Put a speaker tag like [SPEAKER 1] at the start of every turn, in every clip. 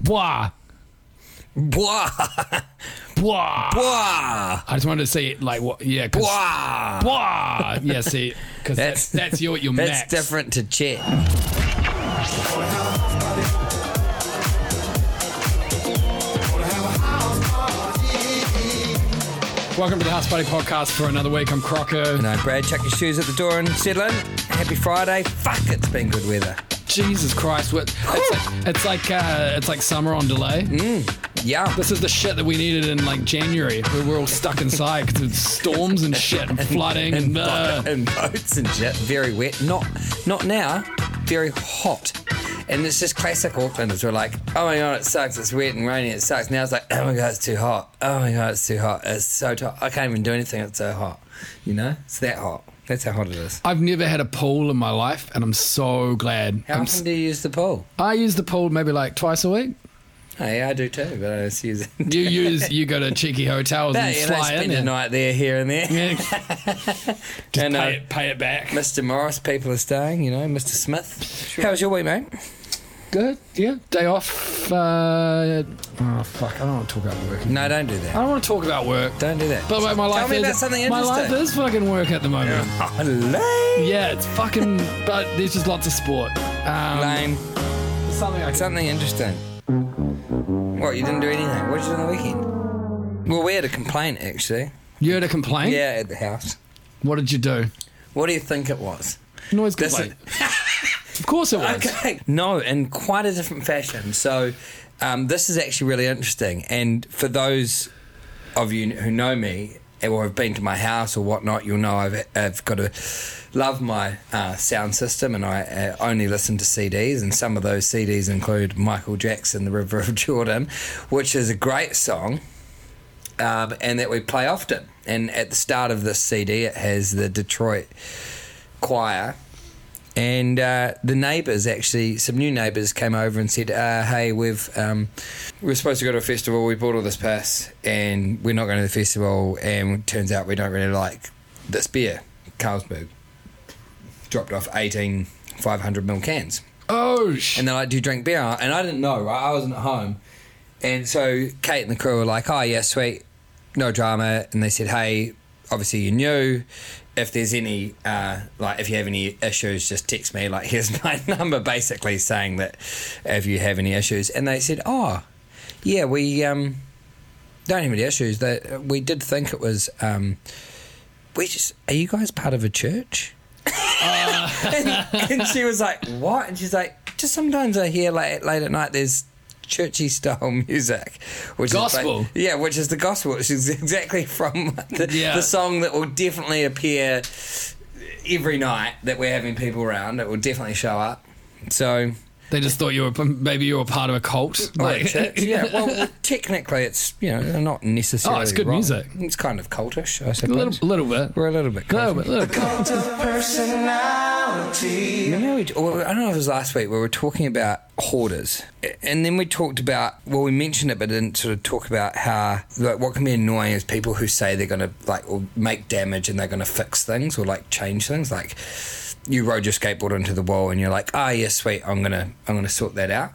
[SPEAKER 1] Blah.
[SPEAKER 2] Blah.
[SPEAKER 1] Blah.
[SPEAKER 2] Blah.
[SPEAKER 1] I just wanted to say it like what? Yeah. 'cause-
[SPEAKER 2] Blah.
[SPEAKER 1] Blah. Yeah. See, because that's
[SPEAKER 2] That's-
[SPEAKER 1] that's you at your
[SPEAKER 2] That's
[SPEAKER 1] max.
[SPEAKER 2] different to chit.
[SPEAKER 1] Welcome to the House Party Podcast for another week. I'm Crocker.
[SPEAKER 2] And I Brad chuck your shoes at the door and settle in. Happy Friday. Fuck, it's been good weather.
[SPEAKER 1] Jesus Christ! What? It's like it's like, uh, it's like summer on delay.
[SPEAKER 2] Mm. Yeah.
[SPEAKER 1] This is the shit that we needed in like January. We were all stuck inside because it's storms and shit and flooding and. uh,
[SPEAKER 2] and boats and shit. Very wet. Not not now. Very hot. And it's just classic Aucklanders. We're like, oh my god, it sucks. It's wet and rainy. It sucks. Now it's like, oh my god, it's too hot. Oh my god, it's too hot. It's so hot. I can't even do anything. It's so hot. You know, it's that hot. That's how hot it is.
[SPEAKER 1] I've never had a pool in my life, and I'm so glad.
[SPEAKER 2] How
[SPEAKER 1] I'm s-
[SPEAKER 2] often do you use the pool?
[SPEAKER 1] I use the pool maybe like twice a week.
[SPEAKER 2] Hey, I do too, but I just use it.
[SPEAKER 1] You use you go to cheeky hotels
[SPEAKER 2] No,
[SPEAKER 1] and
[SPEAKER 2] you know,
[SPEAKER 1] fly in
[SPEAKER 2] spend a
[SPEAKER 1] there.
[SPEAKER 2] night there, here and there.
[SPEAKER 1] Yeah. Just
[SPEAKER 2] And, uh,
[SPEAKER 1] pay, it, pay it back.
[SPEAKER 2] Mr. Morris, people are staying, you know, Mr. Smith. How was your week, mate?
[SPEAKER 1] Good. Yeah. Day off. Uh, oh fuck! I don't want to talk about work.
[SPEAKER 2] No, don't do
[SPEAKER 1] I
[SPEAKER 2] that.
[SPEAKER 1] don't want to talk about work.
[SPEAKER 2] Oh, Don't do that.
[SPEAKER 1] But wait, my life
[SPEAKER 2] Tell me
[SPEAKER 1] is
[SPEAKER 2] about something
[SPEAKER 1] my
[SPEAKER 2] interesting.
[SPEAKER 1] life is fucking work at the moment.
[SPEAKER 2] Oh, lame.
[SPEAKER 1] Yeah, it's fucking. but there's just lots of sport. Um,
[SPEAKER 2] Lame.
[SPEAKER 1] something I can
[SPEAKER 2] Something interesting. What, you didn't do anything? What did you do on the weekend? Well, we had a complaint, actually.
[SPEAKER 1] You had a complaint?
[SPEAKER 2] Yeah, at the house.
[SPEAKER 1] What did you do?
[SPEAKER 2] What do you think it was?
[SPEAKER 1] Noise
[SPEAKER 2] This
[SPEAKER 1] complaint. of course it was.
[SPEAKER 2] Okay. No, in quite a different fashion. So, um, this is actually really interesting. And for those of you who know me or have been to my house or whatnot, you'll know I've, I've got to love my uh, sound system and I uh, only listen to CDs. And some of those CDs include Michael Jackson, The River of Jordan, which is a great song um, and that we play often. And at the start of this CD, it has the Detroit choir. And uh, the neighbours actually, some new neighbours came over and said, uh, "Hey, we've um, we're supposed to go to a festival. We bought all this pass, and we're not going to the festival. And it turns out we don't really like this beer, Carlsberg." Dropped off 18 500 ml cans.
[SPEAKER 1] Oh, sh-
[SPEAKER 2] And they're like, Do you drink beer? And I didn't know, right? I wasn't at home. And so Kate and the crew were like, Oh, yeah, sweet. No drama. And they said, Hey, obviously you knew. If there's any, uh, like, if you have any issues, just text me. Like, here's my number, basically saying that if you have any issues. And they said, Oh, yeah, we um, don't have any issues. That we did think it was. Um, we just are you guys part of a church?
[SPEAKER 1] Uh.
[SPEAKER 2] and, and she was like, "What?" And she's like, "Just sometimes I hear late late at night there's churchy style music, which
[SPEAKER 1] Gospel.
[SPEAKER 2] is ba- yeah, which is the gospel, which is exactly from the,
[SPEAKER 1] Yeah.
[SPEAKER 2] the song that will definitely appear every night that we're having people around. It will definitely show up. So
[SPEAKER 1] they just thought you were maybe you were part of a cult.
[SPEAKER 2] like church. yeah, well, technically, it's you know not necessarily.
[SPEAKER 1] Oh, it's good
[SPEAKER 2] wrong.
[SPEAKER 1] music.
[SPEAKER 2] It's kind of cultish, I
[SPEAKER 1] a
[SPEAKER 2] suppose.
[SPEAKER 1] little, little bit.
[SPEAKER 2] We're a little bit.
[SPEAKER 1] Little
[SPEAKER 2] cultish.
[SPEAKER 1] bit, little bit.
[SPEAKER 2] Remember we, or I don't know if it was last week, we were talking about hoarders. A- And then we talked about, well, we mentioned it, but didn't sort of talk about how, like, what can be annoying is people who say they're going to, like, or make damage and they're going to fix things or, like, change things. Like, you rode your skateboard into the wall and you're like, ah, yeah, sweet, I'm going to, I'm going to sort that out,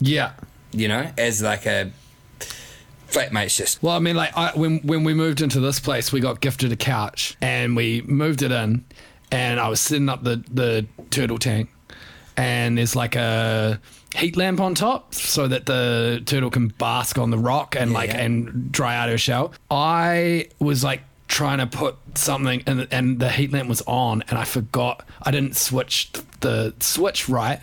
[SPEAKER 1] Yeah.
[SPEAKER 2] you know, as, like, a flatmate's just,
[SPEAKER 1] Well, I mean, like I, when when we moved into this place, we got gifted a couch, and we moved it in, and I was setting up the the turtle tank, and there's like a heat lamp on top so that the turtle can bask on the rock and like
[SPEAKER 2] yeah.
[SPEAKER 1] and dry out her shell. I was like trying to put something and and the heat lamp was on and I forgot I didn't switch th- the switch right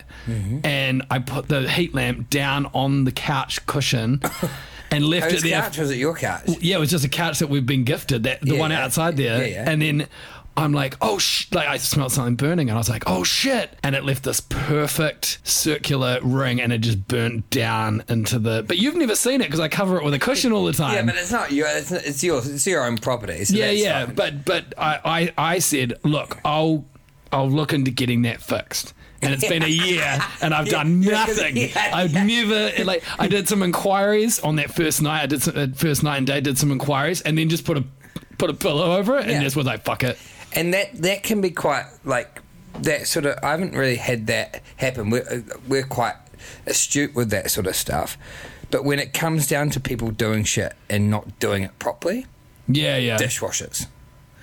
[SPEAKER 1] and I put the heat lamp down on the couch cushion and left it
[SPEAKER 2] whose
[SPEAKER 1] there
[SPEAKER 2] couch was it your couch?
[SPEAKER 1] yeah, it was just a couch that we've been gifted, that the
[SPEAKER 2] Yeah,
[SPEAKER 1] one
[SPEAKER 2] yeah.
[SPEAKER 1] outside there.
[SPEAKER 2] Yeah, yeah.
[SPEAKER 1] And then I'm like, oh sh! Like I smelled something burning, and I was like, oh shit! And it left this perfect circular ring, and it just burnt down into the. But you've never seen it because I cover it with a cushion all the
[SPEAKER 2] Yeah,
[SPEAKER 1] time.
[SPEAKER 2] but it's not your, it's, it's yours, it's your own property. So
[SPEAKER 1] um, yeah,
[SPEAKER 2] that's
[SPEAKER 1] yeah,
[SPEAKER 2] fine.
[SPEAKER 1] but but I, I I said, look, I'll I'll look into getting that fixed. And it's been a year, and I've done
[SPEAKER 2] Yeah, 'cause-
[SPEAKER 1] nothing.
[SPEAKER 2] yeah,
[SPEAKER 1] I've
[SPEAKER 2] yeah.
[SPEAKER 1] never like I did some inquiries on that first night. I did some, uh, first night and day did some inquiries, and then just put a put a pillow over it, and
[SPEAKER 2] Yeah.
[SPEAKER 1] just was like, fuck it.
[SPEAKER 2] and that that can be quite like that sort of. I haven't really had that happen. We're, uh, we're quite astute with that sort of stuff. But when it comes down to people doing shit and not doing it properly,
[SPEAKER 1] Yeah, yeah.
[SPEAKER 2] dishwashers,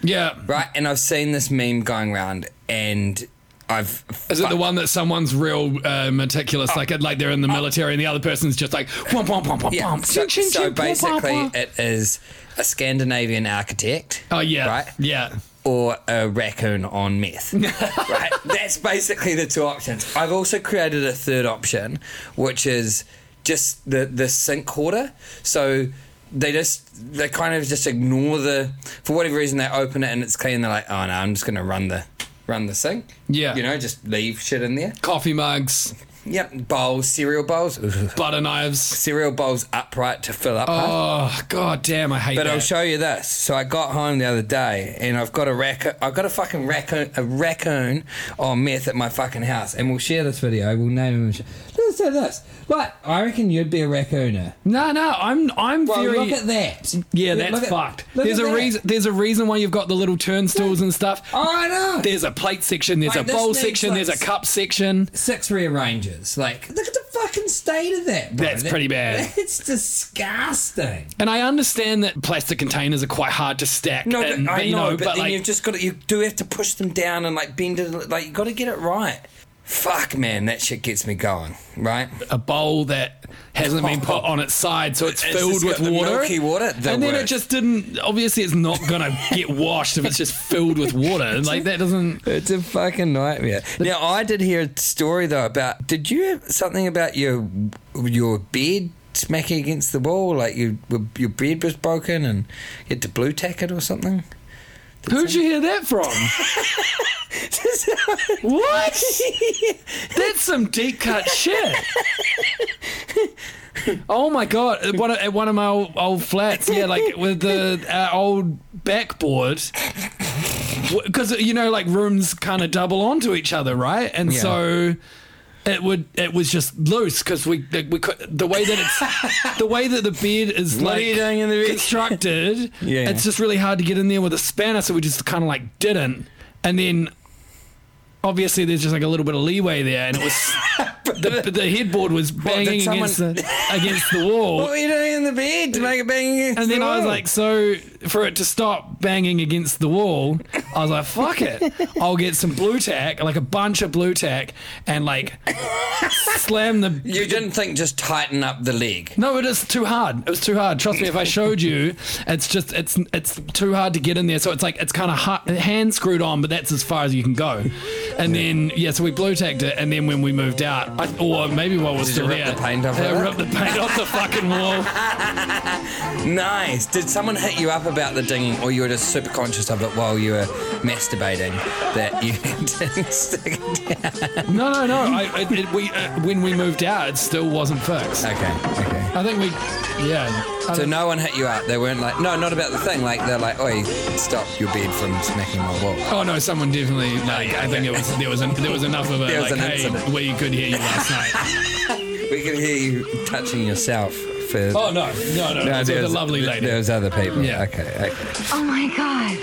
[SPEAKER 1] Yeah.
[SPEAKER 2] right? And I've seen this meme going around, and I've
[SPEAKER 1] Is it the one that someone's real uh, meticulous,
[SPEAKER 2] Oh.
[SPEAKER 1] like like they're in the military, and the other person's just like, womp, womp, womp, womp,
[SPEAKER 2] Yeah.
[SPEAKER 1] womp,
[SPEAKER 2] So,
[SPEAKER 1] ching, ching,
[SPEAKER 2] so
[SPEAKER 1] ching, womp, womp,
[SPEAKER 2] basically,
[SPEAKER 1] womp.
[SPEAKER 2] it is a Scandinavian architect.
[SPEAKER 1] oh yeah,
[SPEAKER 2] Right?
[SPEAKER 1] yeah,
[SPEAKER 2] Or a raccoon on meth. right? That's basically the two options. I've also created a third option, which is just the, the sink hoarder. So they just, they kind of just ignore the, for whatever reason, they open it and it's clean. They're like, oh no, I'm just going to run the, run the sink.
[SPEAKER 1] Yeah.
[SPEAKER 2] You know, just leave shit in there.
[SPEAKER 1] coffee mugs,
[SPEAKER 2] Yep. Bowls, cereal bowls.
[SPEAKER 1] butter knives.
[SPEAKER 2] cereal bowls upright to fill up.
[SPEAKER 1] Oh god damn, I hate
[SPEAKER 2] But
[SPEAKER 1] that.
[SPEAKER 2] I'll show you this. So I got home the other day, and I've got a raccoon. I've got a fucking raccoon, a raccoon on meth at my fucking house. And we'll share this video. We'll name him. and sh- Let's do this. Like, I reckon you'd be a raccooner.
[SPEAKER 1] no, no, I'm I'm
[SPEAKER 2] Well,
[SPEAKER 1] very
[SPEAKER 2] look at that.
[SPEAKER 1] yeah,
[SPEAKER 2] Look
[SPEAKER 1] that's
[SPEAKER 2] at-
[SPEAKER 1] fucked.
[SPEAKER 2] look
[SPEAKER 1] There's
[SPEAKER 2] at
[SPEAKER 1] a
[SPEAKER 2] that.
[SPEAKER 1] reason. There's a reason why you've got the little turnstools and stuff.
[SPEAKER 2] Oh, I know.
[SPEAKER 1] There's a plate section. There's
[SPEAKER 2] Like,
[SPEAKER 1] a
[SPEAKER 2] this
[SPEAKER 1] bowl
[SPEAKER 2] needs,
[SPEAKER 1] section.
[SPEAKER 2] like,
[SPEAKER 1] there's a cup section.
[SPEAKER 2] six rearranges. Like, look at the fucking state of that. Bro.
[SPEAKER 1] That's
[SPEAKER 2] That-
[SPEAKER 1] pretty bad.
[SPEAKER 2] That's disgusting.
[SPEAKER 1] And I understand that plastic containers are quite hard to stack.
[SPEAKER 2] No,
[SPEAKER 1] and,
[SPEAKER 2] but, I
[SPEAKER 1] you
[SPEAKER 2] know, but, then
[SPEAKER 1] like,
[SPEAKER 2] you've just got to, you do have to push them down and like bend it, like you got to get it right. Fuck, man, that shit gets me going, right?
[SPEAKER 1] a bowl that hasn't been put on its side, so it's,
[SPEAKER 2] Oh. It's
[SPEAKER 1] filled
[SPEAKER 2] just
[SPEAKER 1] with
[SPEAKER 2] got the
[SPEAKER 1] water.
[SPEAKER 2] milky water, the
[SPEAKER 1] and then it
[SPEAKER 2] worst.
[SPEAKER 1] just didn't. Obviously, it's not gonna get washed if it's just filled with water. Like that doesn't.
[SPEAKER 2] It's a fucking nightmare. Now, I did hear a story though about, did you have something about your your bed smacking against the wall, like you, your bed was broken and you had to blue tack it or something?
[SPEAKER 1] Who'd you hear that from? what? That's some deep cut shit. Oh my god! At one of, at one of my old, old flats, yeah, like with the uh, old backboard, because you know, like rooms kind of double onto each other, right? And
[SPEAKER 2] Yeah.
[SPEAKER 1] so it would it was just loose because we we could, the way that it's the way that the bed is
[SPEAKER 2] What
[SPEAKER 1] like
[SPEAKER 2] are you doing in the bed?
[SPEAKER 1] constructed,
[SPEAKER 2] Yeah.
[SPEAKER 1] it's just really hard to get in there with a spanner, so we just kind of like didn't, and then. Obviously, there's just like a little bit of leeway there, and it was the, the headboard was banging
[SPEAKER 2] someone-
[SPEAKER 1] against, the, against the wall,
[SPEAKER 2] What were you doing in the bed to make it bang against
[SPEAKER 1] and then
[SPEAKER 2] the
[SPEAKER 1] I was
[SPEAKER 2] wall?
[SPEAKER 1] like, so for it to stop banging against the wall, I was like, fuck it. I'll get some blue tack, like a bunch of blue tack, and like slam the.
[SPEAKER 2] you didn't think just tighten up the leg.
[SPEAKER 1] No, it is too hard. It was too hard. Trust me, if I showed you, it's just it's it's too hard to get in there. So it's like it's kind of hand screwed on, but that's as far as you can go. And then yeah, so we blue tacked it, and then when we moved out, I, or maybe while we're still
[SPEAKER 2] you rip
[SPEAKER 1] there,
[SPEAKER 2] the paint off
[SPEAKER 1] I
[SPEAKER 2] of it?
[SPEAKER 1] ripped the paint off the fucking wall.
[SPEAKER 2] Nice. Did someone hit you up about the dinging, or you were just super conscious of it while you were masturbating that you didn't stick it down?
[SPEAKER 1] No, no, no. I, it, it, we uh, when we moved out, it still wasn't fixed.
[SPEAKER 2] Okay, okay.
[SPEAKER 1] I think we, yeah. I
[SPEAKER 2] So
[SPEAKER 1] don't-
[SPEAKER 2] no one hit you up. They weren't like, no, not about the thing. Like they're like, oi, stop your bed from smacking my wall.
[SPEAKER 1] oh no, someone definitely. Like, I think it was there was an, there was enough of a
[SPEAKER 2] There was
[SPEAKER 1] like,
[SPEAKER 2] an
[SPEAKER 1] hey,
[SPEAKER 2] incident.
[SPEAKER 1] we could hear you last night.
[SPEAKER 2] We can hear you touching yourself. For
[SPEAKER 1] Oh no, no, no. no
[SPEAKER 2] No,
[SPEAKER 1] it was with a
[SPEAKER 2] there's-
[SPEAKER 1] lovely lady.
[SPEAKER 2] There's other people.
[SPEAKER 1] Yeah.
[SPEAKER 2] Okay. Okay.
[SPEAKER 3] Oh my god.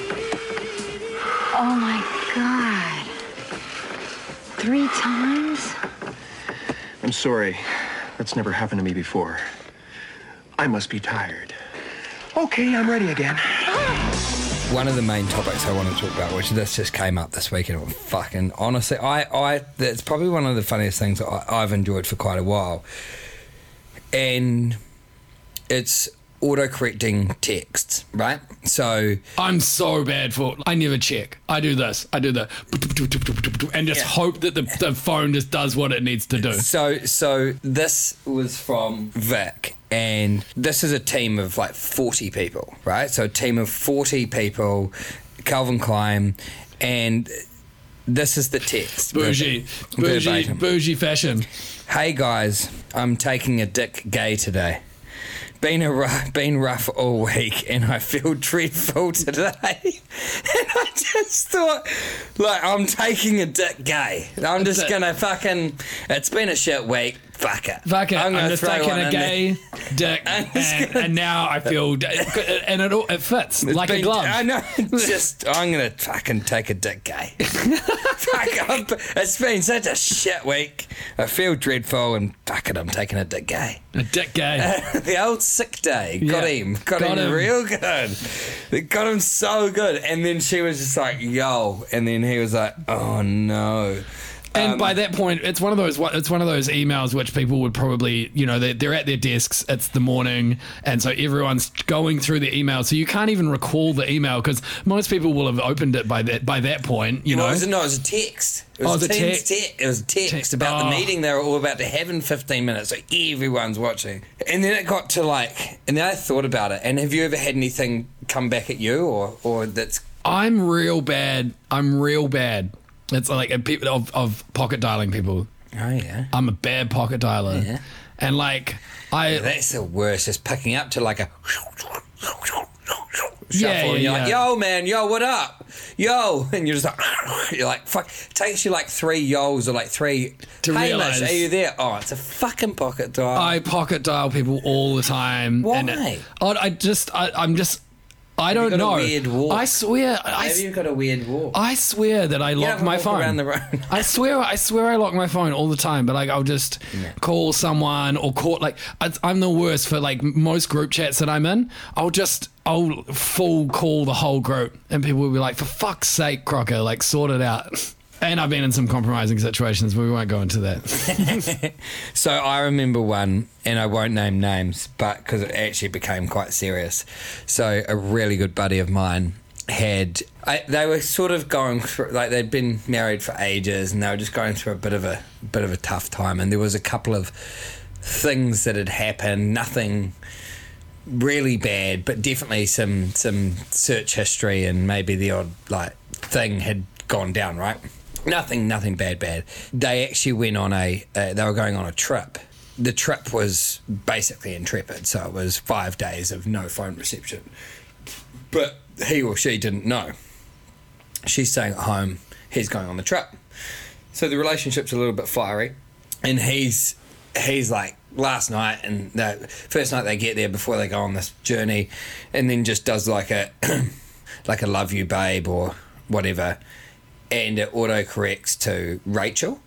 [SPEAKER 3] Oh my god. Three times?
[SPEAKER 4] I'm sorry. That's never happened to me before. I must be tired. Okay, I'm ready again.
[SPEAKER 2] One of the main topics I want to talk about, which this just came up this week, and it fucking honestly, I, I, that's probably one of the funniest things that I, I've enjoyed for quite a while, and it's auto-correcting texts, right? So
[SPEAKER 1] I'm so bad for. I never check. I do this. I do that, and just hope that the, the phone just does what it needs to do.
[SPEAKER 2] So, so this was from Vic, and this is a team of like forty people, right? So, a team of forty people, Calvin Klein, and this is the text.
[SPEAKER 1] Bougie, bougie,
[SPEAKER 2] Verbatim.
[SPEAKER 1] bougie fashion.
[SPEAKER 2] Hey guys, I'm taking a dick gay today. Been a rough, been rough all week, and I feel dreadful today. and I just thought, like, I'm taking a dick gay. I'm just
[SPEAKER 1] it.
[SPEAKER 2] gonna fucking. It's been a shit week. fuck it.
[SPEAKER 1] Fuck it.
[SPEAKER 2] I'm
[SPEAKER 1] I'm,
[SPEAKER 2] gonna
[SPEAKER 1] just
[SPEAKER 2] throw
[SPEAKER 1] taking
[SPEAKER 2] one
[SPEAKER 1] a
[SPEAKER 2] in there.
[SPEAKER 1] gay dick,
[SPEAKER 2] I'm just
[SPEAKER 1] and,
[SPEAKER 2] gonna-
[SPEAKER 1] and now I feel, and it all it fits
[SPEAKER 2] It's
[SPEAKER 1] like a
[SPEAKER 2] been-
[SPEAKER 1] glove.
[SPEAKER 2] I know. Just I'm gonna fucking take a dick gay. Fuck. I've, it's been such a shit week. I feel dreadful, and fuck it, I'm taking a dick gay.
[SPEAKER 1] A dick gay.
[SPEAKER 2] the old sick day got
[SPEAKER 1] Yeah.
[SPEAKER 2] him, got,
[SPEAKER 1] Got
[SPEAKER 2] him,
[SPEAKER 1] him.
[SPEAKER 2] real good. It got him so good, and then she was just like, "Yo," and then he was like, "Oh no." Um,
[SPEAKER 1] And by that point, it's one of those it's one of those emails which people would probably you know they're, they're at their desks. It's the morning, and so everyone's going through the email. So you can't even recall the email because most people will have opened it by that by that point. You
[SPEAKER 2] Well, it
[SPEAKER 1] know,
[SPEAKER 2] was, no, it was a text. It
[SPEAKER 1] Oh,
[SPEAKER 2] was
[SPEAKER 1] it was
[SPEAKER 2] a
[SPEAKER 1] a
[SPEAKER 2] text.
[SPEAKER 1] text.
[SPEAKER 2] Te- it was a text
[SPEAKER 1] Text.
[SPEAKER 2] about the
[SPEAKER 1] Oh.
[SPEAKER 2] meeting they were all about to have in 15 minutes, so everyone's watching. And then it got to like, and then I thought about it. And have you ever had anything come back at you, or or that's
[SPEAKER 1] I'm real bad. I'm real bad. It's like a people of, of pocket dialing people.
[SPEAKER 2] oh yeah,
[SPEAKER 1] I'm a bad pocket dialer,
[SPEAKER 2] Yeah.
[SPEAKER 1] and like I
[SPEAKER 2] that's the worst. Just picking up to like a. Shuffle,
[SPEAKER 1] Yeah,
[SPEAKER 2] and you're
[SPEAKER 1] yeah,
[SPEAKER 2] like,
[SPEAKER 1] yeah.
[SPEAKER 2] yo, man, yo, what up? Yo. And you're just like, you're like, fuck. It takes you like three yo's or like three.
[SPEAKER 1] To
[SPEAKER 2] hey,
[SPEAKER 1] realise.
[SPEAKER 2] Lish, are you there? Oh, it's a fucking pocket dial.
[SPEAKER 1] I pocket dial people all the time.
[SPEAKER 2] Why?
[SPEAKER 1] And it- I, I just, I, I'm just, I don't
[SPEAKER 2] got a
[SPEAKER 1] know.
[SPEAKER 2] weird walk?
[SPEAKER 1] I swear, I,
[SPEAKER 2] Maybe you've got a weird walk.
[SPEAKER 1] I swear that I lock
[SPEAKER 2] have a
[SPEAKER 1] my
[SPEAKER 2] walk
[SPEAKER 1] phone.
[SPEAKER 2] around the room.
[SPEAKER 1] I swear, I swear, I lock my phone all the time. But like, I'll just call someone or call like I, I'm the worst for like most group chats that I'm in. I'll just I'll full call the whole group, and people will be like, "For fuck's sake, Crocker, like sort it out." And I've been in some compromising situations, but we won't go into that.
[SPEAKER 2] So I remember one, and I won't name names, but because it actually became quite serious. So a really good buddy of mine had. I, they were sort of going through, like they'd been married for ages, and they were just going through a bit of a bit of a tough time. And there was a couple of things that had happened. Nothing really bad, but definitely some some search history and maybe the odd like thing had gone down, right? Nothing, nothing bad, bad. They actually went on a. Uh, they were going on a trip. The trip was basically intrepid, so it was five days of no phone reception. But he or she didn't know. She's staying at home. He's going on the trip. So the relationship's a little bit fiery, and he's he's like last night and the first night they get there before they go on this journey, and then just does like a like a love you babe or whatever, and it auto corrects to Rachel,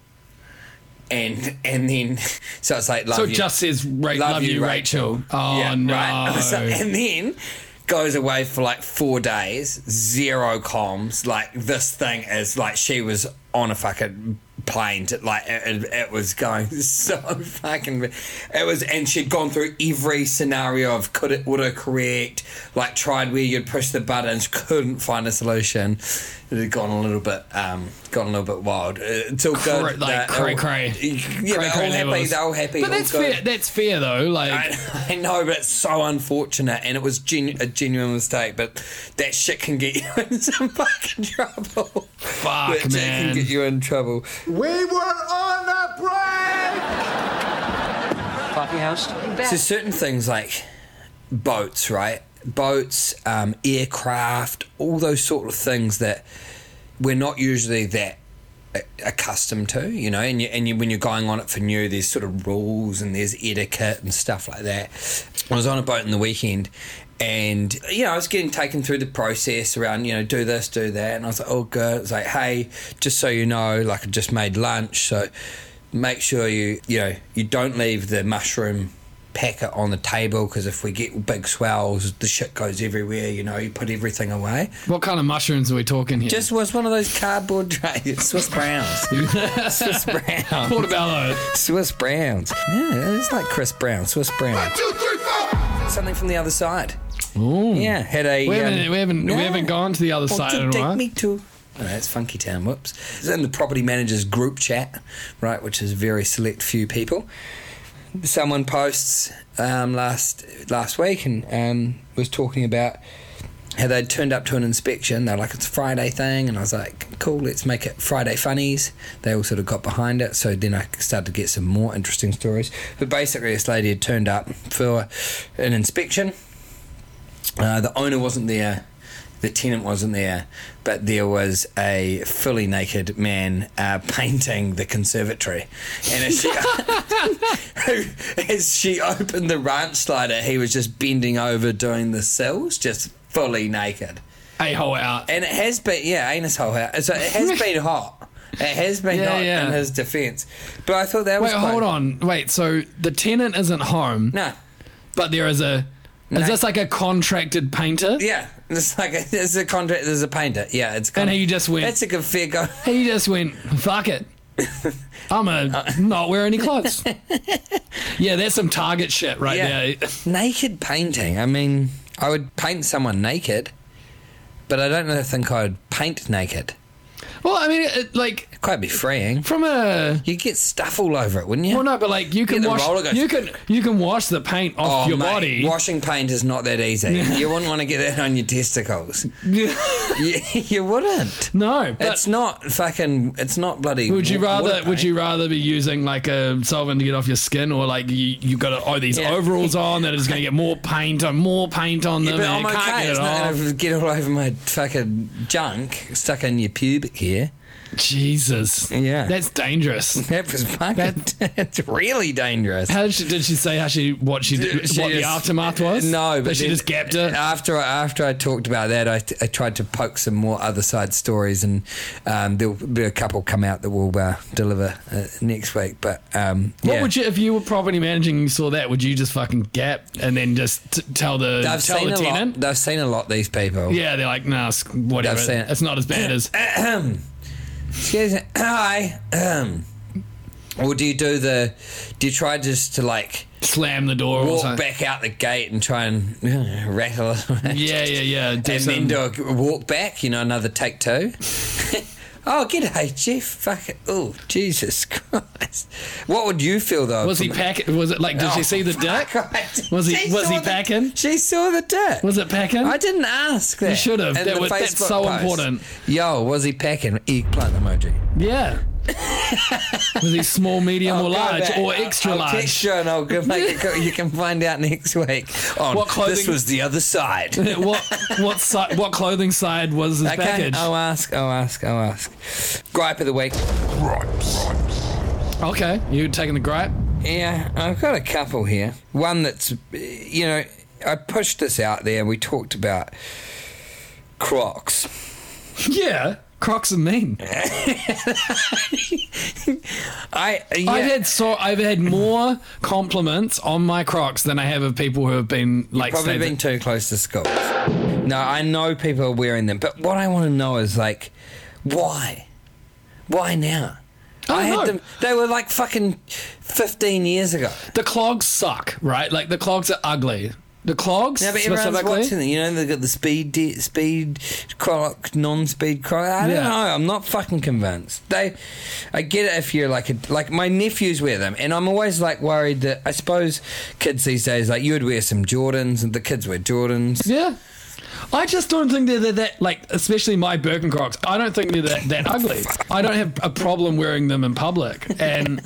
[SPEAKER 2] and and then so it's like love
[SPEAKER 1] so it
[SPEAKER 2] you.
[SPEAKER 1] Oh, just says, Ra- "Love, you, Rachel." Oh
[SPEAKER 2] Yeah,
[SPEAKER 1] no!
[SPEAKER 2] right? So- and then goes away for like four days, zero comms. Like this thing is like she was on a fucking plane. To, like it, it- it was going so fucking. It was, and she'd gone through every scenario of could it autocorrect, like tried where you'd push the buttons, couldn't find a solution. It had gone a little bit, um, gone a little bit wild. Uh, It's all
[SPEAKER 1] Cra-
[SPEAKER 2] good.
[SPEAKER 1] like
[SPEAKER 2] They're all-
[SPEAKER 1] cray-cray. Cray
[SPEAKER 2] Yeah, they're
[SPEAKER 1] cray
[SPEAKER 2] all happy.
[SPEAKER 1] levels.
[SPEAKER 2] They're all happy.
[SPEAKER 1] But
[SPEAKER 2] all
[SPEAKER 1] that's
[SPEAKER 2] good.
[SPEAKER 1] fair. That's fair though. Like,
[SPEAKER 2] I, I know, but it's so unfortunate, and it was genu- a genuine mistake. But that shit can get you in some fucking trouble.
[SPEAKER 1] Fuck,
[SPEAKER 2] that shit can
[SPEAKER 1] man.
[SPEAKER 2] get you in trouble.
[SPEAKER 5] We were on the break!
[SPEAKER 2] So certain things like boats, right? Boats, um, aircraft, all those sort of things that we're not usually that a- accustomed to, you know. And you, and you, when you're going on it for new, there's sort of rules and there's etiquette and stuff like that. I was on a boat in the weekend. And you know, I was getting taken through the process around you know do this, do that, and I was like, oh good. It's like, hey, just so you know, like I just made lunch, so make sure you you know you don't leave the mushroom packet on the table because if we get big swells, the shit goes everywhere. You know, you put everything away.
[SPEAKER 1] what kind of mushrooms are we talking here?
[SPEAKER 2] Just was one of those cardboard trays, Swiss browns, Swiss browns,
[SPEAKER 1] portobello.
[SPEAKER 2] Swiss browns. Yeah, it's like Chris Brown, Swiss brown. Something from the other side.
[SPEAKER 1] Ooh.
[SPEAKER 2] Yeah, had a.
[SPEAKER 1] We
[SPEAKER 2] um,
[SPEAKER 1] haven't, we haven't,
[SPEAKER 2] no.
[SPEAKER 1] we haven't gone to the other
[SPEAKER 2] Want
[SPEAKER 1] side
[SPEAKER 2] to
[SPEAKER 1] in a
[SPEAKER 2] take
[SPEAKER 1] while.
[SPEAKER 2] me to? Oh, that's Funky Town. Whoops. It's in the property managers group chat, right, which is very select few people. Someone posts um, last last week and um, was talking about how they'd turned up to an inspection. They're like, it's a Friday thing, and I was like, cool, let's make it Friday funnies. They all sort of got behind it, so then I started to get some more interesting stories. But basically, this lady had turned up for an inspection. Uh, the owner wasn't there. The tenant wasn't there, but there was a fully naked man uh, painting the conservatory. And as she, as she opened the ranch slider, he was just bending over doing the sills, just fully naked.
[SPEAKER 1] A hole out.
[SPEAKER 2] And it has been, yeah, anus hole out. So it has been hot. It has been
[SPEAKER 1] Yeah,
[SPEAKER 2] hot
[SPEAKER 1] yeah.
[SPEAKER 2] in his defence. But I thought that
[SPEAKER 1] Wait,
[SPEAKER 2] was quite-
[SPEAKER 1] hold on. Wait, so the tenant isn't home,
[SPEAKER 2] No.
[SPEAKER 1] but there is a. Is this like a contracted painter?
[SPEAKER 2] Yeah, it's like a, it's a contract. There's a painter. Yeah, it's
[SPEAKER 1] And
[SPEAKER 2] con-
[SPEAKER 1] he just went-
[SPEAKER 2] That's a good fair go.
[SPEAKER 1] He just went, fuck it. I'm a
[SPEAKER 2] Uh.
[SPEAKER 1] not wear any clothes. yeah, that's some target shit right
[SPEAKER 2] Yeah.
[SPEAKER 1] there.
[SPEAKER 2] naked painting. I mean, I would paint someone naked, but I don't really think I'd paint naked.
[SPEAKER 1] Well, I mean, it, like
[SPEAKER 2] Quite be freeing.
[SPEAKER 1] from a
[SPEAKER 2] You'd get stuff all over it, wouldn't you?
[SPEAKER 1] well, no, but like you can
[SPEAKER 2] the
[SPEAKER 1] wash
[SPEAKER 2] roller goes-
[SPEAKER 1] you can you can wash the paint off
[SPEAKER 2] Oh,
[SPEAKER 1] your
[SPEAKER 2] mate,
[SPEAKER 1] body.
[SPEAKER 2] Washing paint is not that easy. you wouldn't want to get that on your testicles. you, you wouldn't.
[SPEAKER 1] no, but
[SPEAKER 2] It's not fucking. It's not bloody.
[SPEAKER 1] would you
[SPEAKER 2] wa- water eh?
[SPEAKER 1] rather would
[SPEAKER 2] paint.
[SPEAKER 1] you rather be using like a solvent to get off your skin, or like you you got to oh these
[SPEAKER 2] Yeah.
[SPEAKER 1] overalls on that is going to get more paint on more paint on them?
[SPEAKER 2] but
[SPEAKER 1] and
[SPEAKER 2] I'm
[SPEAKER 1] you can't
[SPEAKER 2] okay.
[SPEAKER 1] get
[SPEAKER 2] It's
[SPEAKER 1] it
[SPEAKER 2] not
[SPEAKER 1] off.
[SPEAKER 2] going to get all over my fucking junk stuck in your pubic hair.
[SPEAKER 1] Jesus,
[SPEAKER 2] Yeah.
[SPEAKER 1] that's dangerous.
[SPEAKER 2] That was fucking. It's really dangerous.
[SPEAKER 1] How did she, did she say how she what she, did,
[SPEAKER 2] She
[SPEAKER 1] what the
[SPEAKER 2] just- uh,
[SPEAKER 1] aftermath was?
[SPEAKER 2] No,
[SPEAKER 1] That
[SPEAKER 2] but
[SPEAKER 1] she
[SPEAKER 2] then uh,
[SPEAKER 1] just gapped it.
[SPEAKER 2] After I, after I talked about that, I, I tried to poke some more other side stories, and um, there'll be a couple come out that we'll uh, deliver uh, next week. But um,
[SPEAKER 1] What
[SPEAKER 2] yeah.
[SPEAKER 1] would you if you were property managing? and You saw that? Would you just fucking gap and then just t- tell the
[SPEAKER 2] They've
[SPEAKER 1] tell
[SPEAKER 2] seen
[SPEAKER 1] the
[SPEAKER 2] a
[SPEAKER 1] tenant?
[SPEAKER 2] lot. They've seen a lot. These people.
[SPEAKER 1] Yeah, they're like, nah, it's whatever.
[SPEAKER 2] I've seen it.
[SPEAKER 1] It's not as bad as.
[SPEAKER 2] Excuse me. Hi. Um, or do you do the? Do you try just to like?
[SPEAKER 1] Slam the door. or
[SPEAKER 2] walk
[SPEAKER 1] something.
[SPEAKER 2] back out the gate and try and uh, rattle it around.
[SPEAKER 1] Yeah, yeah, yeah. do
[SPEAKER 2] And
[SPEAKER 1] some-
[SPEAKER 2] then do a walk back, you know, another take two. oh, g'day, Jeff. Fuck it. Oh, Jesus Christ. What would you feel though?
[SPEAKER 1] was he
[SPEAKER 2] from-
[SPEAKER 1] packing? Was it like? Did
[SPEAKER 2] Oh,
[SPEAKER 1] she see the
[SPEAKER 2] fuck,
[SPEAKER 1] dick?
[SPEAKER 2] I did-
[SPEAKER 1] Was he-
[SPEAKER 2] she
[SPEAKER 1] was he
[SPEAKER 2] saw the-
[SPEAKER 1] packing?
[SPEAKER 2] she saw the dick.
[SPEAKER 1] Was it packing?
[SPEAKER 2] I didn't ask that.
[SPEAKER 1] should have.
[SPEAKER 2] in
[SPEAKER 1] That
[SPEAKER 2] the
[SPEAKER 1] was- that's
[SPEAKER 2] Facebook
[SPEAKER 1] so
[SPEAKER 2] post.
[SPEAKER 1] important.
[SPEAKER 2] Yo, was he packing? Eggplant emoji.
[SPEAKER 1] yeah. was he small, medium,
[SPEAKER 2] I'll
[SPEAKER 1] or
[SPEAKER 2] Oh, go
[SPEAKER 1] large,
[SPEAKER 2] back.
[SPEAKER 1] or
[SPEAKER 2] I'll-
[SPEAKER 1] extra
[SPEAKER 2] I'll
[SPEAKER 1] large?
[SPEAKER 2] Text you and I'll go make a co- you can find out next week. On
[SPEAKER 1] What clothing-
[SPEAKER 2] This was the other side.
[SPEAKER 1] what what si- what clothing side was his
[SPEAKER 2] Okay,
[SPEAKER 1] package?
[SPEAKER 2] I'll ask, I'll ask, I'll ask. Gripe of the week.
[SPEAKER 1] Okay, you taking the gripe?
[SPEAKER 2] Yeah, I've got a couple here. One that's, you know, I pushed this out there. We talked about Crocs.
[SPEAKER 1] Yeah, Crocs are mean.
[SPEAKER 2] I, yeah,
[SPEAKER 1] I've had so I've had more compliments on my Crocs than I have of people who have been like
[SPEAKER 2] probably
[SPEAKER 1] saying
[SPEAKER 2] been too close to schools. No, I know people are wearing them, but what I want to know is like, why? Why now?
[SPEAKER 1] I don't
[SPEAKER 2] had
[SPEAKER 1] know.
[SPEAKER 2] them. They were like fucking fifteen years ago.
[SPEAKER 1] that- the clogs suck, right? Like the clogs are ugly. The clogs
[SPEAKER 2] No, but everyone's
[SPEAKER 1] specifically.
[SPEAKER 2] watching it. You know, they've got the speed, de- speed croc, non-speed croc. I
[SPEAKER 1] Yeah.
[SPEAKER 2] don't know. I'm not fucking convinced. They, I get it if you're like a like my nephews wear them, and I'm always like worried that I suppose kids these days like you would wear some Jordans, and the kids wear Jordans.
[SPEAKER 1] Yeah. I just don't think they're, they're that like, especially my Birkenstocks. I don't think they're that, that ugly. I don't have a problem wearing them in public, and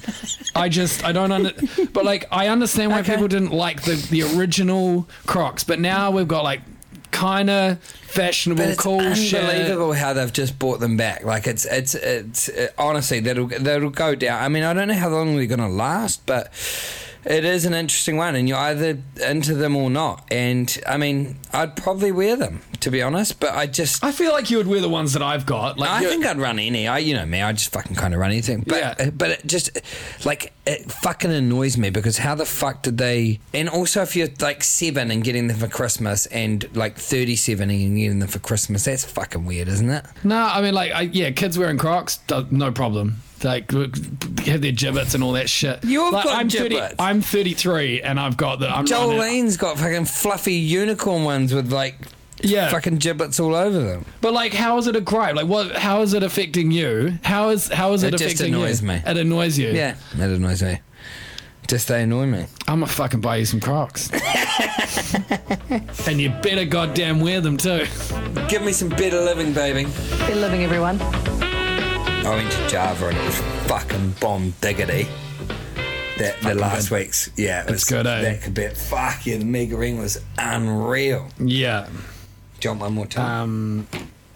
[SPEAKER 1] I just I don't under. But like, I understand why people didn't like the the original Crocs, but now we've got like kind of fashionable,
[SPEAKER 2] But it's
[SPEAKER 1] cool shit.
[SPEAKER 2] unbelievable how they've just bought them back. Like it's it's it's uh, honestly that'll that'll go down. I mean, I don't know how long they're going to last, but it is an interesting one, and you're either into them or not. And I mean, I'd probably wear them to be honest, but I just. I-
[SPEAKER 1] I feel like you would wear the ones that I've got. Like, you-
[SPEAKER 2] think I'd run any. I, you know me. I just fucking kind of run anything. But, uh,
[SPEAKER 1] Yeah.
[SPEAKER 2] but it just, like, it fucking annoys me because how the fuck did they? And also, if you're like seven and getting them for Christmas, and like thirty-seven and getting them for Christmas, that's fucking weird, isn't it?
[SPEAKER 1] no, I mean like, I, yeah, kids wearing Crocs, do, no problem. Like uh, have their gibbets and all that shit.
[SPEAKER 2] You've
[SPEAKER 1] like,
[SPEAKER 2] got
[SPEAKER 1] I'm
[SPEAKER 2] gibbets.
[SPEAKER 1] I'm 33 and I've got the. I'm
[SPEAKER 2] Jolene's got fucking fluffy unicorn ones with like
[SPEAKER 1] Yeah.
[SPEAKER 2] fucking giblets all over them.
[SPEAKER 1] But like, how is it a gripe? Like, what? How is it affecting you? How is how is it,
[SPEAKER 2] It just
[SPEAKER 1] affecting
[SPEAKER 2] annoys
[SPEAKER 1] you?
[SPEAKER 2] me.
[SPEAKER 1] It annoys you.
[SPEAKER 2] Yeah, that annoys me. Just they annoy me.
[SPEAKER 1] I'm gonna fucking buy you some Crocs. and you better goddamn wear them too.
[SPEAKER 2] Give me some better living, baby.
[SPEAKER 6] Good living, everyone.
[SPEAKER 2] I went to Java and it was fucking bomb diggity. That the last week's yeah, it was
[SPEAKER 1] good, eh?
[SPEAKER 2] That could be fucking mega ring was unreal.
[SPEAKER 1] Yeah.
[SPEAKER 2] Do you want one more time?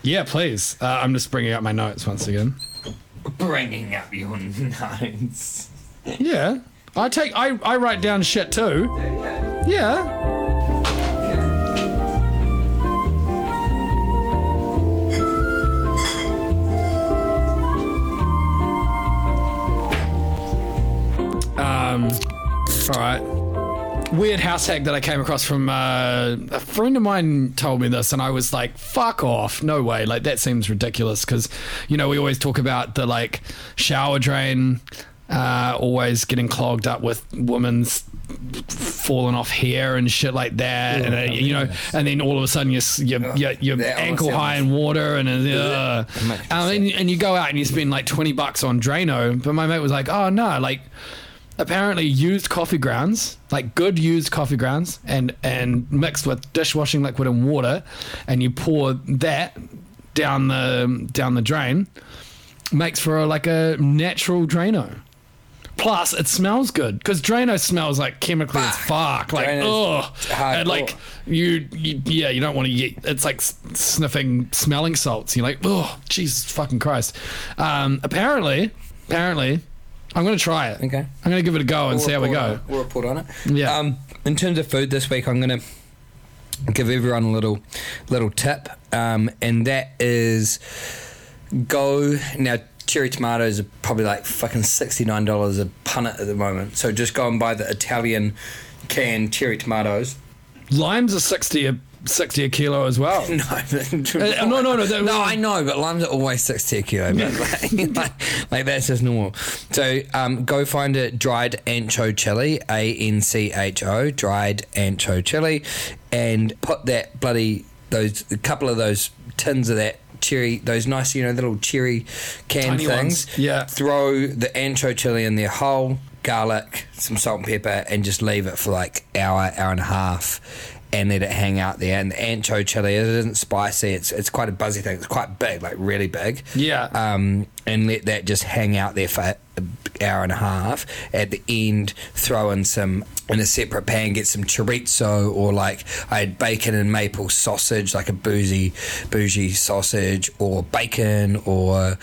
[SPEAKER 1] Yeah, please. Uh, I'm just bringing out my notes once again. Um,
[SPEAKER 2] Bringing up your notes.
[SPEAKER 1] Yeah. I take I, I write down shit too. Yeah. Um all right. Weird house hack that I came across from uh, a friend of mine told me this, and I was like, "Fuck off! No way! Like that seems ridiculous." Because you know we always talk about the like shower drain uh, always getting clogged up with women's falling off hair and shit like that, and uh, you know, and then all of a sudden you're s- you're, you're, you're
[SPEAKER 2] that all
[SPEAKER 1] ankle high in water, and uh, um, and, and you go out and you spend like twenty bucks on Drano. But my mate was like, "Oh no!" Like apparently used coffee grounds, like good used coffee grounds, and and mixed with dishwashing liquid and water, and you pour that down the down the drain, makes for a, like a natural Drano. Plus, it smells good because Drano smells like chemically as fuck. Like,
[SPEAKER 2] Drano's
[SPEAKER 1] ugh.
[SPEAKER 2] hard-
[SPEAKER 1] And like,
[SPEAKER 2] ugh.
[SPEAKER 1] you, you, yeah, you don't want to get. It's like s- sniffing smelling salts. You're like, oh, Jesus fucking Christ. Um, apparently, apparently, I'm gonna try it.
[SPEAKER 2] Okay.
[SPEAKER 1] I'm gonna give it a go and see how we
[SPEAKER 2] report on
[SPEAKER 1] go.
[SPEAKER 2] it. We'll report on it.
[SPEAKER 1] Yeah.
[SPEAKER 2] Um, in terms of food this week, I'm going to give everyone a little little tip, um, and that is go now. Cherry tomatoes are probably like fucking sixty nine dollars a punnet at the moment. So just go and buy the Italian canned cherry tomatoes.
[SPEAKER 1] Limes are sixty a sixty a kilo as well.
[SPEAKER 2] No,
[SPEAKER 1] Uh, no, no, no, that-
[SPEAKER 2] no, I know, but limes are always 60 a kilo. But like, like, like, that's just normal. So um, go find a dried ancho chili, A N C H O, dried ancho chili, and put that bloody, those, a couple of those tins of that cherry, those nice, you know, little cherry can
[SPEAKER 1] Tiny
[SPEAKER 2] things.
[SPEAKER 1] ones, yeah.
[SPEAKER 2] Throw the ancho chili in there whole, garlic, some salt and pepper, and just leave it for like hour, hour and a half, and let it hang out there. And the ancho chili it isn't spicy; it's it's quite a buzzy thing. It's quite big, like really big.
[SPEAKER 1] Yeah.
[SPEAKER 2] Um, and let that just hang out there for an hour and a half. At the end, throw in some in a separate pan, get some chorizo or like I had bacon and maple sausage, like a boozy bougie sausage, or bacon or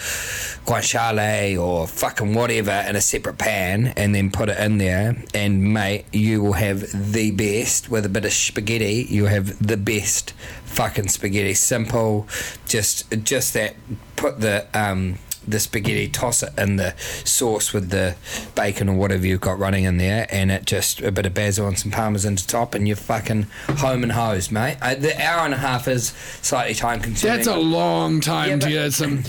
[SPEAKER 2] guanciale or fucking whatever in a separate pan, and then put it in there. And mate, you will have the best with a bit of spaghetti. You'll have the best fucking spaghetti. Simple, just just that. Put the um, the spaghetti, toss it in the sauce with the bacon or whatever you've got running in there, and it just a bit of basil and some parmesan to top, and you're fucking home and hosed, mate. Uh, the hour and a half is slightly time consuming.
[SPEAKER 1] That's a long time
[SPEAKER 2] Yeah, but-
[SPEAKER 1] to get some.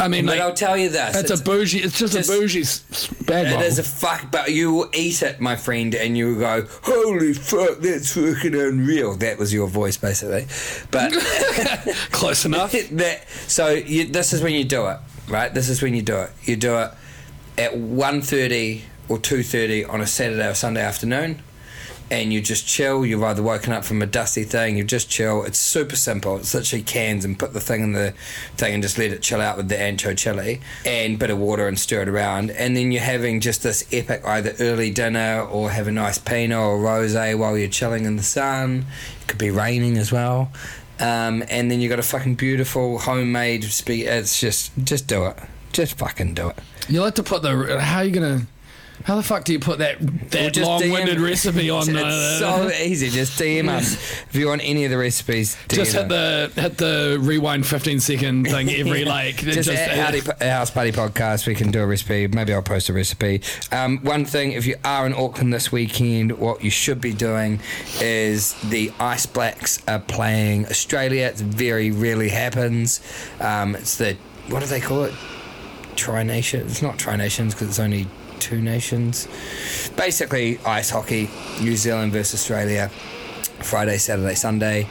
[SPEAKER 1] I mean,
[SPEAKER 2] but
[SPEAKER 1] like,
[SPEAKER 2] I'll tell you this:
[SPEAKER 1] it's, a bougie. It's just,
[SPEAKER 2] just-
[SPEAKER 1] a bougie s- s- bag.
[SPEAKER 2] It
[SPEAKER 1] roll.
[SPEAKER 2] is a fuck, but you will eat it, my friend, and you will go, "Holy fuck, that's fucking unreal." That was your voice, basically. But
[SPEAKER 1] Close enough.
[SPEAKER 2] that so you, this is when you do it, right? This is when you do it. You do it at 1.30 or two thirty on a Saturday or Sunday afternoon, and you just chill. You've either woken up from a dusty thing, you just chill. It's super simple. It's literally cans and put the thing in the thing and just let it chill out with the ancho chili and bit of water and stir it around. And then you're having just this epic either early dinner or have a nice pinot or rosé while you're chilling in the sun. It could be raining as well. Um, and then you got a fucking beautiful homemade. Spe- it's just, just do it. Just fucking do it.
[SPEAKER 1] You'll have to put the. How are you gonna? How the fuck do you put that
[SPEAKER 2] Or
[SPEAKER 1] that
[SPEAKER 2] just
[SPEAKER 1] long-winded
[SPEAKER 2] DM
[SPEAKER 1] recipe on?
[SPEAKER 2] It's
[SPEAKER 1] uh,
[SPEAKER 2] so easy. Just DM us if you want any of the recipes. DM
[SPEAKER 1] just hit
[SPEAKER 2] us.
[SPEAKER 1] the hit the rewind 15 second thing every like uh,
[SPEAKER 2] just, at Howdy Po- House Party Podcast, we can do a recipe. Maybe I'll post a recipe. Um, one thing, if you are in Auckland this weekend, what you should be doing is the Ice Blacks are playing Australia. It's very rarely happens. Um, it's the what do they call it? Tri Nation. It's not Tri Nations because it's only two nations. Basically, ice hockey, New Zealand versus Australia, Friday, Saturday, Sunday.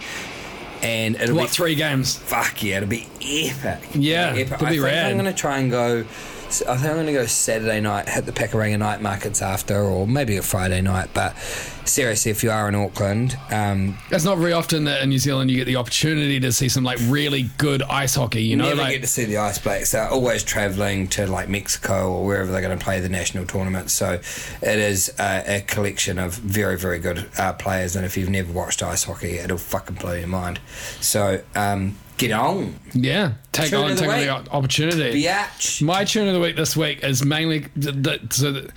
[SPEAKER 2] And it'll
[SPEAKER 1] what
[SPEAKER 2] be
[SPEAKER 1] three games
[SPEAKER 2] fuck yeah, it'll be epic.
[SPEAKER 1] Yeah,
[SPEAKER 2] Epic.
[SPEAKER 1] it'll be
[SPEAKER 2] I think
[SPEAKER 1] rad.
[SPEAKER 2] I'm gonna try and go. I think I'm gonna go Saturday night, hit the Pakaranga night markets after, or maybe a Friday night. But seriously, if you are in Auckland, um,
[SPEAKER 1] It's not very often that in New Zealand you get the opportunity to see some like really good ice hockey. You
[SPEAKER 2] you
[SPEAKER 1] know,
[SPEAKER 2] never
[SPEAKER 1] like
[SPEAKER 2] get to see the Ice Blacks. They're always travelling to like Mexico or wherever they're going to play the national tournament. So it is uh, a collection of very, very good uh, players. And if you've never watched ice hockey, it'll fucking blow your mind. So um, get on,
[SPEAKER 1] yeah, take
[SPEAKER 2] Tune
[SPEAKER 1] on
[SPEAKER 2] of the
[SPEAKER 1] take on the
[SPEAKER 2] week.
[SPEAKER 1] o- opportunity.
[SPEAKER 2] biatch.
[SPEAKER 1] My tune of the week this week is mainly th- th- so that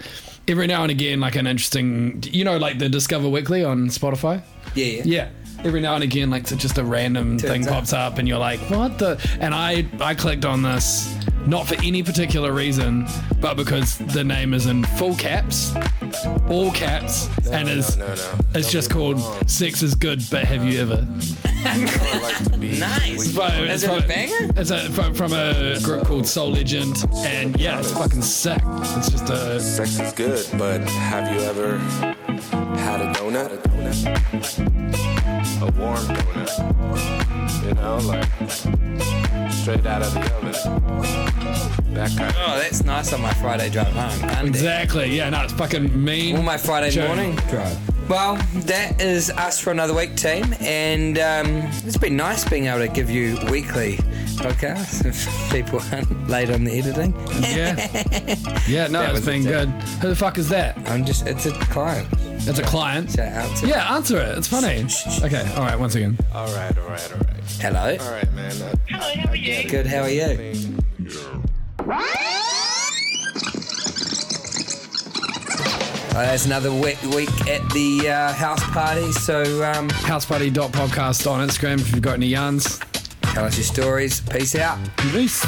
[SPEAKER 1] every now and again, like an interesting, you know, like the Discover Weekly on Spotify.
[SPEAKER 2] Yeah, yeah.
[SPEAKER 1] Yeah. Every now and again, like so just a random thing
[SPEAKER 2] up.
[SPEAKER 1] pops up, and you're like, "What the?" And I I clicked on this not for any particular reason, but because the name is in full caps, all caps, and
[SPEAKER 6] no,
[SPEAKER 1] is
[SPEAKER 6] no, no. Don't
[SPEAKER 1] it's just
[SPEAKER 6] get me
[SPEAKER 1] called
[SPEAKER 6] wrong.
[SPEAKER 1] "Sex is Good, but Have You Ever?"
[SPEAKER 2] Nice.
[SPEAKER 1] But it's
[SPEAKER 2] Is it a
[SPEAKER 1] from-
[SPEAKER 2] banger?
[SPEAKER 1] It's a, from, from a group called Soul Legend, and yeah, it's fucking sick. It's just a
[SPEAKER 6] Sex is good, but have you ever had a donut? A warm donut. You know, like straight out of the oven. That kind of
[SPEAKER 2] Oh, that's nice on my Friday drive home. Andy.
[SPEAKER 1] exactly yeah, no, it's fucking mean.
[SPEAKER 2] Or my Friday
[SPEAKER 1] Joe.
[SPEAKER 2] morning drive. Well, that is us for another week, team, and um, it's been nice being able to give you weekly podcasts if people aren't late on the editing.
[SPEAKER 1] Yeah, yeah, no,
[SPEAKER 2] That
[SPEAKER 1] it's
[SPEAKER 2] was
[SPEAKER 1] been
[SPEAKER 2] it.
[SPEAKER 1] good. Who the fuck is that?
[SPEAKER 2] I'm just, it's a client.
[SPEAKER 1] It's a client.
[SPEAKER 2] Shout out to
[SPEAKER 1] Yeah, answer it. It's funny. Okay, all right, once again.
[SPEAKER 6] All right, all right, all right.
[SPEAKER 2] Hello.
[SPEAKER 6] All right, man. Uh, Hello, how are you?
[SPEAKER 2] Good, how are you? Uh, there's another wet week at the uh, house party, so um,
[SPEAKER 1] Houseparty.podcast on Instagram if you've got any yarns.
[SPEAKER 2] tell us your stories. Peace out.
[SPEAKER 1] Peace.